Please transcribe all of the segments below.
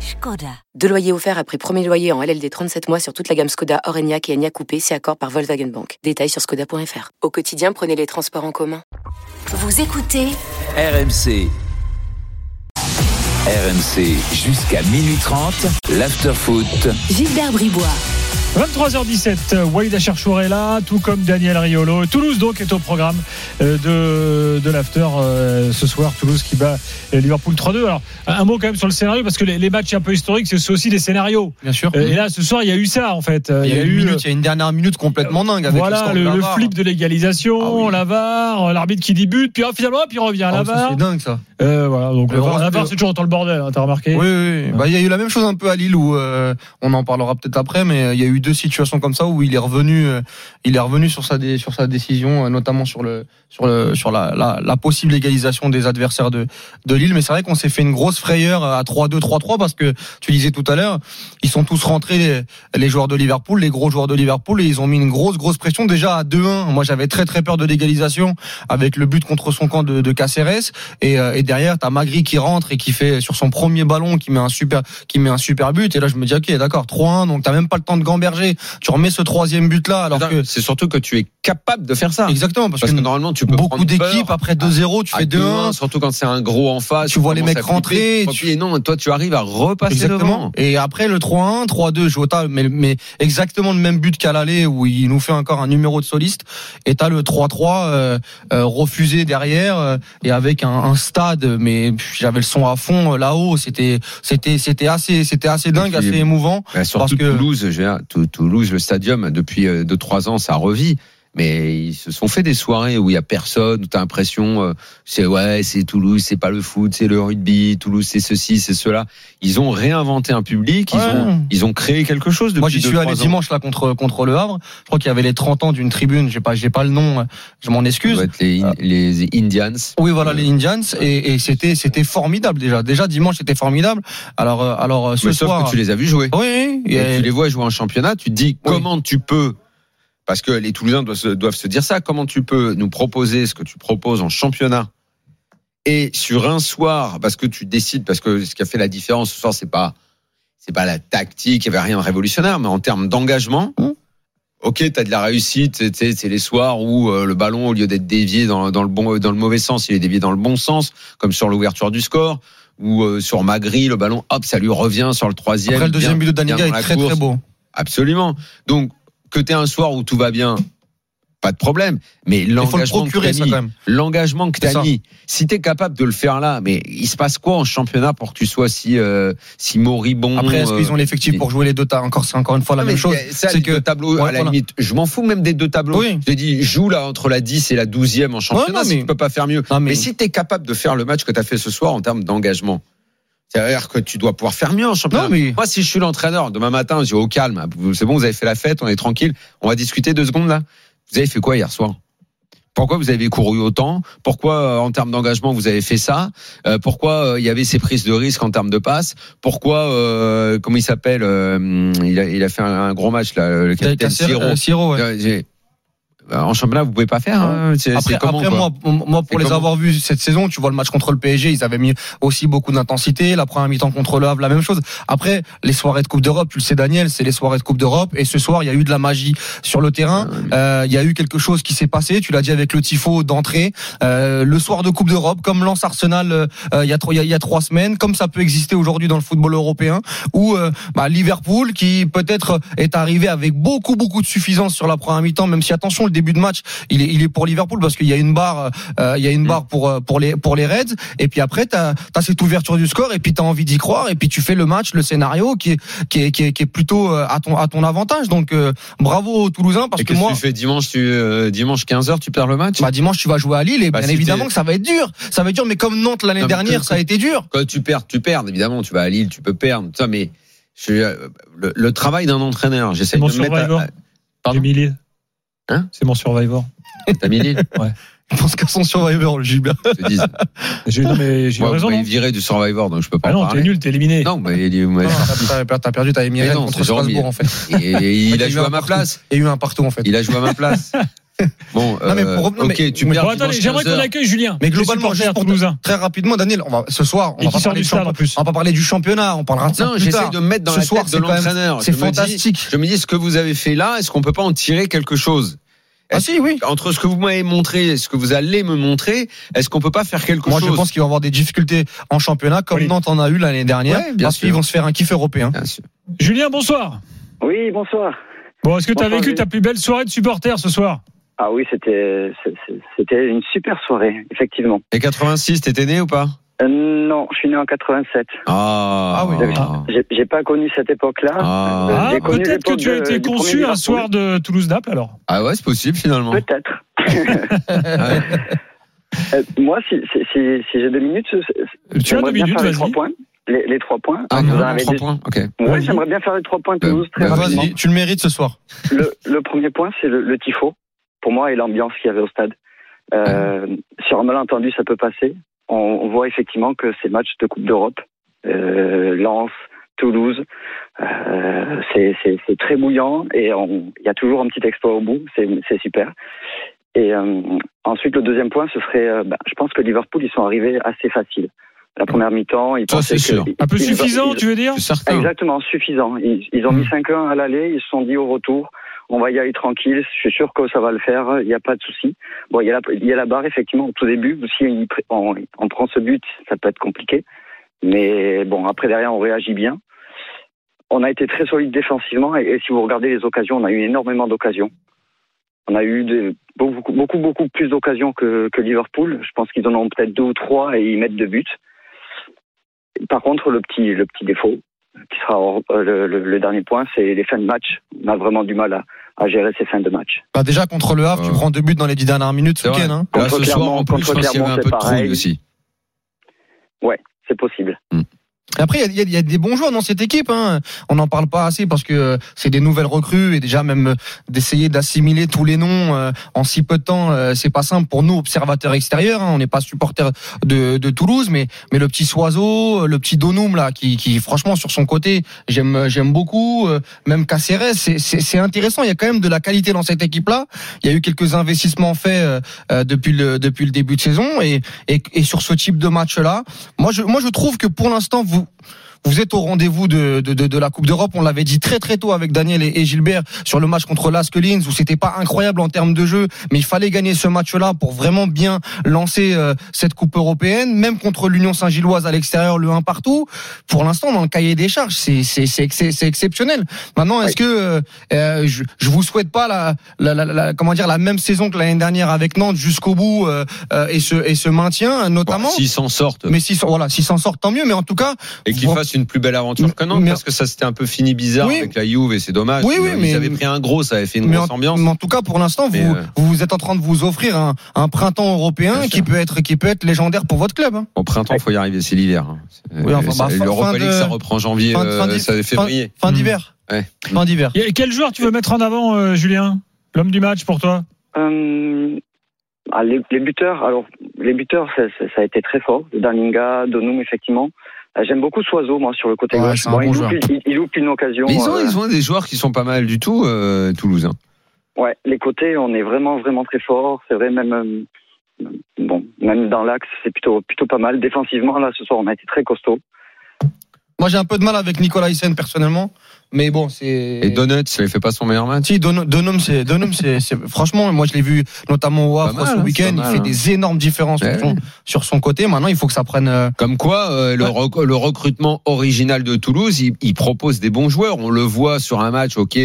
Skoda. Deux loyers offerts après premier loyer en LLD 37 mois sur toute la gamme Skoda, Orenia et Enya Coupé, c'est accord par Volkswagen Bank. Détails sur skoda.fr. Au quotidien, prenez les transports en commun. Vous écoutez RMC. RMC jusqu'à minuit 30, l'afterfoot. Gilbert Bribois. 23h17, Walid Acharchour est là, tout comme Daniel Riolo. Toulouse donc est au programme euh, de, de l'after euh, ce soir. Toulouse qui bat euh, Liverpool 3-2. Alors un mot quand même sur le scénario parce que les, les matchs un peu historiques, c'est aussi des scénarios. Bien sûr. Euh, Et là ce soir, il y a eu ça en fait. il y a eu une minute, il y a une dernière minute complètement dingue avec le, voilà score le, de le Lavar. flip de l'égalisation, Ah oui. la VAR, euh, l'arbitre qui débute, puis ah, finalement hop, il revient à Ah, la ça, VAR. C'est dingue ça. Euh, voilà, donc Le la VAR, rose la VAR, bleu. c'est toujours autant le bordel, hein, t'as remarqué Oui, oui, oui. Bah, il y a eu la même chose un peu à Lille où euh, on en parlera peut-être après, mais euh, il y a eu deux situations comme ça où il est revenu, euh, il est revenu sur sa dé- sur sa décision, euh, notamment sur le sur le sur la, la, la possible égalisation des adversaires de de Lille. Mais c'est vrai qu'on s'est fait une grosse frayeur à 3-2, 3-3 parce que tu disais tout à l'heure, ils sont tous rentrés les, les joueurs de Liverpool, les gros joueurs de Liverpool, et ils ont mis une grosse grosse pression déjà à 2-1. Moi j'avais très très peur de l'égalisation avec le but contre son camp de, de Caceres. Et, euh, et derrière, t'as Magri qui rentre et qui fait sur son premier ballon, qui met un super, qui met un super but. Et là, je me dis, ok, d'accord, 3-1, donc t'as même pas le temps de gamberger. Tu remets ce troisième but là, alors que C'est surtout que tu es capable de faire ça. exactement, parce, Parce que que, normalement, tu peux beaucoup prendre d'équipes peur après 2-0, tu à fais 2-1. surtout quand c'est un gros en face. Tu vois les commences mecs à flipper, rentrer, tu te tu- replies. non, toi, tu arrives à repasser devant. Exactement. Et après le 3-1, 3-2, Jota, mais, mais exactement le même but qu'à l'aller où il nous fait encore un numéro de soliste. Et t'as le 3-3 euh, euh, refusé derrière euh, et avec un, un stade, mais pff, j'avais le son à fond euh, là-haut. C'était c'était c'était assez c'était assez dingue, puis, assez émouvant. Bah, surtout Parce que- Toulouse, je veux dire, Tou- Toulouse, le stadium, depuis 2-3 ans, ça revit. Mais ils se sont fait des soirées où il y a personne, où t'as l'impression, euh, c'est ouais, c'est Toulouse, c'est pas le foot, c'est le rugby, Toulouse, c'est ceci, c'est cela. Ils ont réinventé un public, ils, Ouais. ont, ils ont créé quelque chose depuis Moi j'y deux, suis allé trois ans. dimanche là contre contre le Havre. Je crois qu'il y avait les 30 ans d'une tribune. J'ai pas j'ai pas le nom. euh, Je m'en Ça excuse. doit être les, In- les Indians. Oui, voilà les Indians et, et c'était c'était formidable déjà. Déjà dimanche c'était formidable. Alors euh, alors euh, ce Mais sauf soir. que tu les as vus jouer. Oui, oui, Et et- tu les vois jouer en championnat, tu te dis comment tu peux, parce que les Toulousains doivent se, doivent se dire ça, comment tu peux nous proposer ce que tu proposes en championnat et sur un soir, parce que tu décides, parce que ce qui a fait la différence ce soir, c'est pas c'est pas la tactique, il n'y avait rien de révolutionnaire, mais en termes d'engagement, Mmh. ok, tu as de la réussite, tu sais, c'est les soirs où euh, le ballon, au lieu d'être dévié dans, dans, le bon, euh, dans le mauvais sens, il est dévié dans le bon sens, comme sur l'ouverture du score, ou euh, sur Magri, le ballon, hop, ça lui revient sur le troisième. Après, le deuxième bien- but de bien Daniga est dans la très course. très beau. Absolument. Donc, que tu un soir où tout va bien, pas de problème. Mais Il faut le l'engagement que procurer, tu ça, quand même. l'engagement que C'est tu ça. as mis, si tu es capable de le faire là, mais il se passe quoi en championnat pour que tu sois si, euh, si moribond Après, est-ce qu'ils ont l'effectif euh, pour jouer les deux tas Encore, c'est encore une fois la Non, même mais chose. ça, C'est les que deux tableaux, à Ouais, la voilà. limite, je m'en fous même des deux tableaux. Oui. Je te dis, joue là entre la 10 et la 12e en championnat, non, si mais- tu peux pas faire mieux. Non, mais- mais... si tu es capable de faire le match que tu as fait ce soir en termes d'engagement, c'est-à-dire que tu dois pouvoir faire mieux en championnat. Non, mais- Moi, si je suis l'entraîneur, demain matin, je dis au calme, c'est bon, vous avez fait la fête, on est tranquille, on va discuter deux secondes là. Vous avez fait quoi hier soir pourquoi vous avez couru autant Pourquoi, euh, en termes d'engagement, vous avez fait ça Euh, Pourquoi euh, il y avait ces prises de risque en termes de passes Pourquoi, euh, comment il s'appelle euh, il, a, il a fait un, un gros match là, le capitaine Cassero, Siro. euh, Siro, ouais. Euh, j'ai- bah, en championnat, vous pouvez pas faire. hein. C'est- Après, c'est comment, après, moi, quoi moi pour C'est les comment avoir vus cette saison, tu vois le match contre le PSG, ils avaient mis aussi beaucoup d'intensité. La première mi-temps contre le Havre, la même chose. Après, les soirées de Coupe d'Europe, tu le sais, Daniel, c'est les soirées de Coupe d'Europe. Et ce soir, il y a eu de la magie sur le terrain. Ah Euh, Il y a eu quelque chose qui s'est passé. Tu l'as dit avec le tifo d'entrée. Euh, le soir de Coupe d'Europe, comme lance Arsenal euh, euh, il y, a trois- il y a- il y a trois semaines, comme ça peut exister aujourd'hui dans le football européen, où euh, bah, Liverpool, qui peut-être est arrivé avec beaucoup beaucoup de suffisance sur la première mi-temps, même si attention, le début de match, il est, il est pour Liverpool parce qu'il y a une barre, euh, il y a une barre pour euh, pour les pour les Reds. Et puis après, t'as as cette ouverture du score, et puis t'as envie d'y croire, et puis tu fais le match, le scénario qui est qui est qui est, qui est plutôt euh, à ton à ton avantage. Donc euh, bravo aux Toulousains parce Et que qu'est-ce que moi. tu fais dimanche, tu, euh, dimanche 15h, tu perds le match Bah dimanche tu vas jouer à Lille et Bah, bien si évidemment t'es- que ça va être dur, ça va être dur mais comme Nantes l'année Non, mais dernière que- ça a été dur. Quand tu perds, tu perds, évidemment. Tu vas à Lille, tu peux perdre. Ça, mais je- euh, le, le travail d'un entraîneur, j'essaie de Mon me mettre. à- survivor. à- Pardon Émilie. Hein C'est mon survivor. T'as mis Lille Ouais. Je pense qu'à son survivor, le Gilbert. Ils te disent. J'ai non, mais j'ai eu Moi, raison. vous m'avez non viré du Survivor, donc je peux pas Ah en non, t'es parler. nul, Ah. t'es éliminé. Non, mais il, il- T'as t'as perdu, t'avais mis Mais Rennes non, contre c'est Jormi. Strasbourg, en fait. il- il Il a y joué a eu à un ma partout. place. Et eu un partout, en fait. Il a joué à ma place. Bon, Non, mais euh, pour- non, ok, mais- tu mais- perds. Bon, attendez, dimanche j'aimerais qu'on 15 heures. accueille Julien. Mais globalement, Les supporters juste pour- toulousains. Très rapidement, Daniel, on va, ce soir, on Et qui va, pas sort parler du du stade en championnat, plus. on va pas parler du championnat, on parlera de ça Non, plus j'essaie tard. de me mettre dans Ce la soir, tête c'est de quand même- l'entraîneur. C'est Je me dis- fantastique. Je me dis, ce que vous avez fait là, est-ce qu'on peut pas en tirer quelque chose Ah si, oui. Entre ce que vous m'avez montré et ce que vous allez me montrer, est-ce qu'on peut pas faire quelque Moi, chose je pense qu'ils vont avoir des difficultés en championnat, comme Oui. Nantes en a eu l'année dernière, Ouais, bien parce sûr. qu'ils vont se faire un kiff européen. Bien sûr. Julien, bonsoir. Oui, bonsoir. Bon, est-ce que t'as Bonsoir, vécu Julien. ta plus belle soirée de supporters ce soir Ah oui, c'était c'est- c'est- c'était une super soirée, effectivement. Et 86, t'étais né ou pas Euh, non, je suis né en 87. Ah, Ah oui. J'ai j'ai pas connu cette époque-là. Ah. Euh, Ah, j'ai connu peut-être que l'époque tu as de- été du premier conçu un Liverpool. soir de Toulouse-Naples alors. Ah ouais, c'est possible finalement. Ah Peut-être. Euh, moi, si, si, si, si j'ai deux minutes, c'est- Tu c'est- as j'aimerais deux bien minutes, faire les vas-y. trois points. Les, les trois points. Ah, Vous en non, avez trois déjà- points. Ok. Ouais, Vas-y. Ben, j'aimerais bien faire les trois points Euh, Toulouse très bah, rapidement. Vas-y, tu le mérites ce soir. Le, le premier point, c'est le, le tifo. Pour moi, et l'ambiance qu'il y avait au stade. Euh, Sur un malentendu, ça peut passer. On, on voit effectivement que ces matchs de Coupe d'Europe, euh, Lens, Toulouse, euh, c'est- c'est c'est très bouillant et on- il y a toujours un petit exploit au bout. C'est c'est super. Et euh, ensuite, le deuxième point, ce serait, euh, bah, je pense que Liverpool, ils sont arrivés assez facile. La première mi-temps, ils Ça, pensaient c'est que- sûr. Un peu ils- suffisant, ils- tu veux dire C'est certain. Exactement, suffisant. Ils, ils ont Mm. mis 5-1 à l'aller, ils se sont dit au retour, on va y aller tranquille, je suis sûr que ça va le faire, il n'y a pas de souci. Bon, il y, a la, il y a la barre, effectivement, au tout début, si on, y pr- on- on prend ce but, ça peut être compliqué. Mais bon, après, derrière, on réagit bien. On a été très solide défensivement, et, et si vous regardez les occasions, on a eu énormément d'occasions. On a eu de- beaucoup, beaucoup, beaucoup plus d'occasions que, que Liverpool. Je pense qu'ils en ont peut-être deux ou trois et ils mettent deux buts. Par contre, le petit, le petit défaut, qui sera hors- euh, le, le- le dernier point, c'est les fins de match. On a vraiment du mal à, à gérer ces fins de match. Bah déjà contre le Havre, tu Ouais. prends deux buts dans les dix dernières minutes ce C'est vrai. week-end. Hein. Là, Contre ce soir, en plus, Clermont, je contre pense qu'il y avait un Clermont, peu de c'est trouille pareil. aussi. C'est possible. Après, il y a- il y, a- il y a des bons joueurs dans cette équipe. Hein. On n'en parle pas assez parce que euh, c'est des nouvelles recrues et déjà même euh, d'essayer d'assimiler tous les noms euh, en si peu de temps, euh, c'est pas simple pour nous observateurs extérieurs. hein. On n'est pas supporters de, de Toulouse, mais mais le petit Soiseau, euh, le petit Donoum là, qui, qui franchement sur son côté, j'aime euh, j'aime beaucoup. euh, Même Caceres, c'est- c'est c'est intéressant. Il y a quand même de la qualité dans cette équipe là. Il y a eu quelques investissements faits euh, euh, depuis le depuis le début de saison et et, et sur ce type de match là, moi je moi je trouve que pour l'instant vous vous êtes au rendez-vous de, de, de, de la Coupe d'Europe. On l'avait dit très très tôt avec Daniel et, et Gilbert sur le match contre Lask Linz où c'était pas incroyable en termes de jeu, mais il fallait gagner ce match-là pour vraiment bien lancer euh, cette Coupe européenne. Même contre l'Union Saint-Gilloise à l'extérieur, le 1 partout. Pour l'instant, dans le cahier des charges, c'est c'est c'est ex- c'est exceptionnel. Maintenant, est-ce que euh, euh, je, je vous souhaite pas la, la, la, la- comment dire la même saison que l'année dernière avec Nantes jusqu'au bout euh, euh, et ce et ce maintien Bon, notamment. S'ils s'en sortent mais s'ils s'en- voilà, s'ils s'en sortent, tant mieux. Mais en tout cas, et qu'ils Bon. fassent une plus belle aventure que Nantes, Mais- parce que ça c'était un peu fini bizarre Oui. avec la Juve et c'est dommage. Oui, oui, Ils mais- avaient pris un gros, ça avait fait une mais en, grosse ambiance. mais en tout cas, pour l'instant, vous, Mais, euh, vous êtes en train de vous offrir un, un printemps européen Bien qui peut être qui peut être légendaire pour votre club. hein. Au printemps, faut y arriver, c'est l'hiver. hein. Oui, enfin, Euh, ça- bah, fin- L'Europa fin League, de- ça reprend janvier, fin- fin euh, d'hi- ça fait fin- février. Mmh. Fin Mm. d'hiver. Ouais. Fin d'hiver. Et Quel joueur tu veux mettre en avant, euh, Julien L'homme du match pour toi Euh, ah, les, les buteurs, alors les buteurs, ça, ça- ça a été très fort. Daninga, Donum, effectivement. Euh, J'aime beaucoup Soiseau, moi, sur le côté Ouais, gauche. c'est un bon il, joueur. loupe, une- il- il loupe une occasion. Mais ils ont, euh, ils ont des joueurs qui sont pas mal du tout, euh, Toulouse. hein. Ouais, les côtés, on est vraiment vraiment très fort. C'est vrai même euh, bon, même dans l'axe, c'est plutôt plutôt pas mal. Défensivement là, ce soir, on a été très costaud. Moi, j'ai un peu de mal avec Nicolas Hyssen personnellement, mais bon, c'est. Et Donuts, il fait pas son meilleur match. Si, Donum, Donum, c'est, Donum, c'est, c'est- franchement, moi, je l'ai vu notamment au Havre Pas mal, ce hein, week-end. c'est pas il fait mal, hein. des énormes différences Ouais. sur, son, sur son côté. Maintenant, il faut que ça prenne. euh, Comme quoi, euh, le, Ouais. rec- le recrutement original de Toulouse, il, il propose des bons joueurs. On le voit sur un match, ok,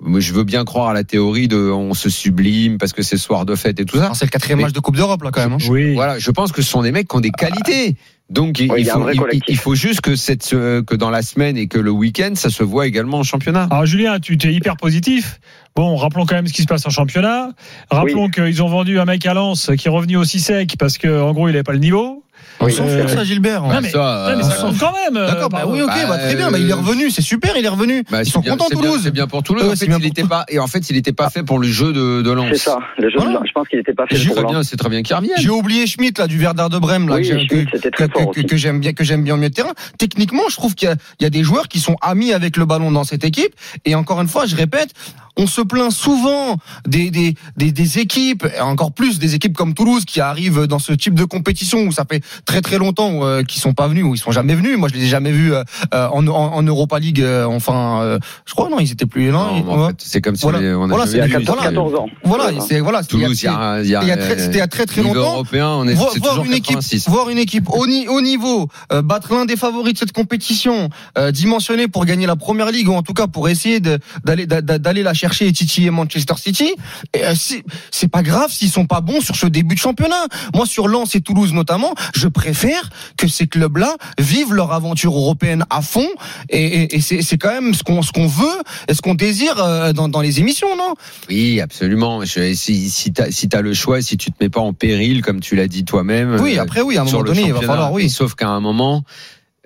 mais je veux bien croire à la théorie de on se sublime parce que c'est soir de fête et tout ça. c'est le quatrième Mais- match de Coupe d'Europe là, quand même. hein. Oui. Voilà, je pense que ce sont des mecs qui ont des Ah. qualités. Donc il, Ouais, il y a un faut, vrai il- collectif. il faut juste que, cette, euh, que dans la semaine et que le week-end, ça se voit également en championnat. Alors Ah, Julien, tu t'es hyper positif. Bon, rappelons quand même ce qui se passe en championnat. Rappelons qu'ils ont vendu un mec à Lens qui est revenu aussi sec parce que en gros il n'avait pas le niveau. On Oui. s'en fout de ça, Gilbert. Non, Bah, mais- ça, Non, mais euh, ça compte quand même. euh, D'accord, bah pardon. oui, ok, bah, bah, très bien. Bah, il est revenu, c'est super, il est revenu. Bah, Ils c'est sont bien- contents, c'est bien- Toulouse. C'est bien pour Toulouse. Ouais, en c'est bien fait, il pour- Ah. était pas, et en fait, il n'était pas fait pour le jeu de, de Lens. C'est ça. Le jeu de Voilà. Lens, je pense qu'il n'était pas fait C'est pour très bien, Lens. c'est très bien qu'il revienne. J'ai oublié Schmitt, là, du Verdard de Brême, là, Oui, que j'ai- que, Schmitt, c'était très que- fort que- aussi. que j'aime bien, que j'aime bien au milieu de terrain. Techniquement, je trouve qu'il y a, il y a des joueurs qui sont amis avec le ballon dans cette équipe. Et encore une fois, je répète, on se plaint souvent des, des, des, des équipes, et encore plus des équipes comme Toulouse qui arrivent dans ce type de compétition où ça fait très très longtemps euh, qu'ils sont pas venus, où ils sont jamais venus. Moi, je les ai jamais vus euh, euh, en, en, en Europa League. euh, enfin, euh, je crois non, ils étaient plus là. Non, mais en fait, c'est comme si Voilà. on avait- on a Voilà, jamais c'est Il y a Oui, vu, 14, c'est- 14 ans. Voilà, et c'est voilà, c'était il y a- Toulouse, il y a, il y a, il y a très- c'était il y a très, très niveau longtemps. européen, on est, Voir, c'est voir toujours une équipe, 86. voir une équipe au, ni- au niveau, euh, battre l'un des favoris de cette compétition, euh, dimensionné pour gagner la première ligue ou en tout cas pour essayer de- d'aller d'a- d'a- d'aller la chercher et titiller Manchester City. Et, euh, c'est- c'est pas grave s'ils sont pas bons sur ce début de championnat. Moi, sur Lens et Toulouse notamment, je préfère que ces clubs-là vivent leur aventure européenne à fond. Et, et- et c'est c'est quand même ce qu'on ce qu'on veut et ce qu'on désire euh, dans, dans les émissions, non Oui, absolument. Je- si si t'as si t'as le choix, si tu te mets pas en péril, comme tu l'as dit toi-même. Oui, euh, après oui, à un sur moment le donné, il va championnat. falloir Et oui. Sauf qu'à un moment,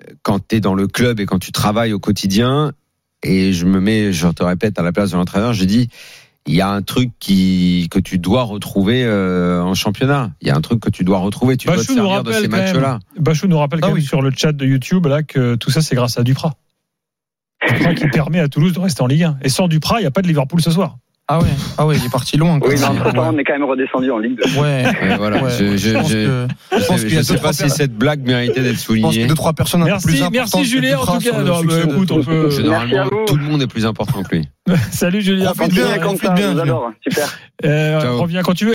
euh, quand tu es dans le club et quand tu travailles au quotidien, et je me mets, je te répète, à la place de l'entraîneur, je dis, il y a un truc qui, que tu dois retrouver euh, en championnat. Il y a un truc que tu dois retrouver. Bah, Tu dois te Bachou nous servir de ces rappelle quand même. matchs-là. Bachou nous rappelle Ah quand même oui. sur le chat de YouTube là que tout ça c'est grâce à Duprat. Duprat qui permet à Toulouse de rester en Ligue 1. Et sans Duprat, il n'y a pas de Liverpool ce soir. Ah ouais, ah ouais, il est parti loin. quoi. Oui, mais non, entre temps, on est quand même redescendu en Ligue 2. Ouais. Ouais, voilà. Ouais, je, je, je pense je- que- je je pense sais- qu'il y a je deux, sais pas trois si personnes- cette blague méritait d'être je pense que soulignée. deux trois personnes un peu plus Merci, merci importantes que Julien en Duprat tout sur cas. le Non, succès bah, de- écoute, on peut- Euh, à Généralement, vous. tout le monde est plus important que lui. Salut Julien. Profite bien, Reviens comme profite ça, bien, je vous Julien. adore. Super. Euh, Ciao. reviens quand tu veux.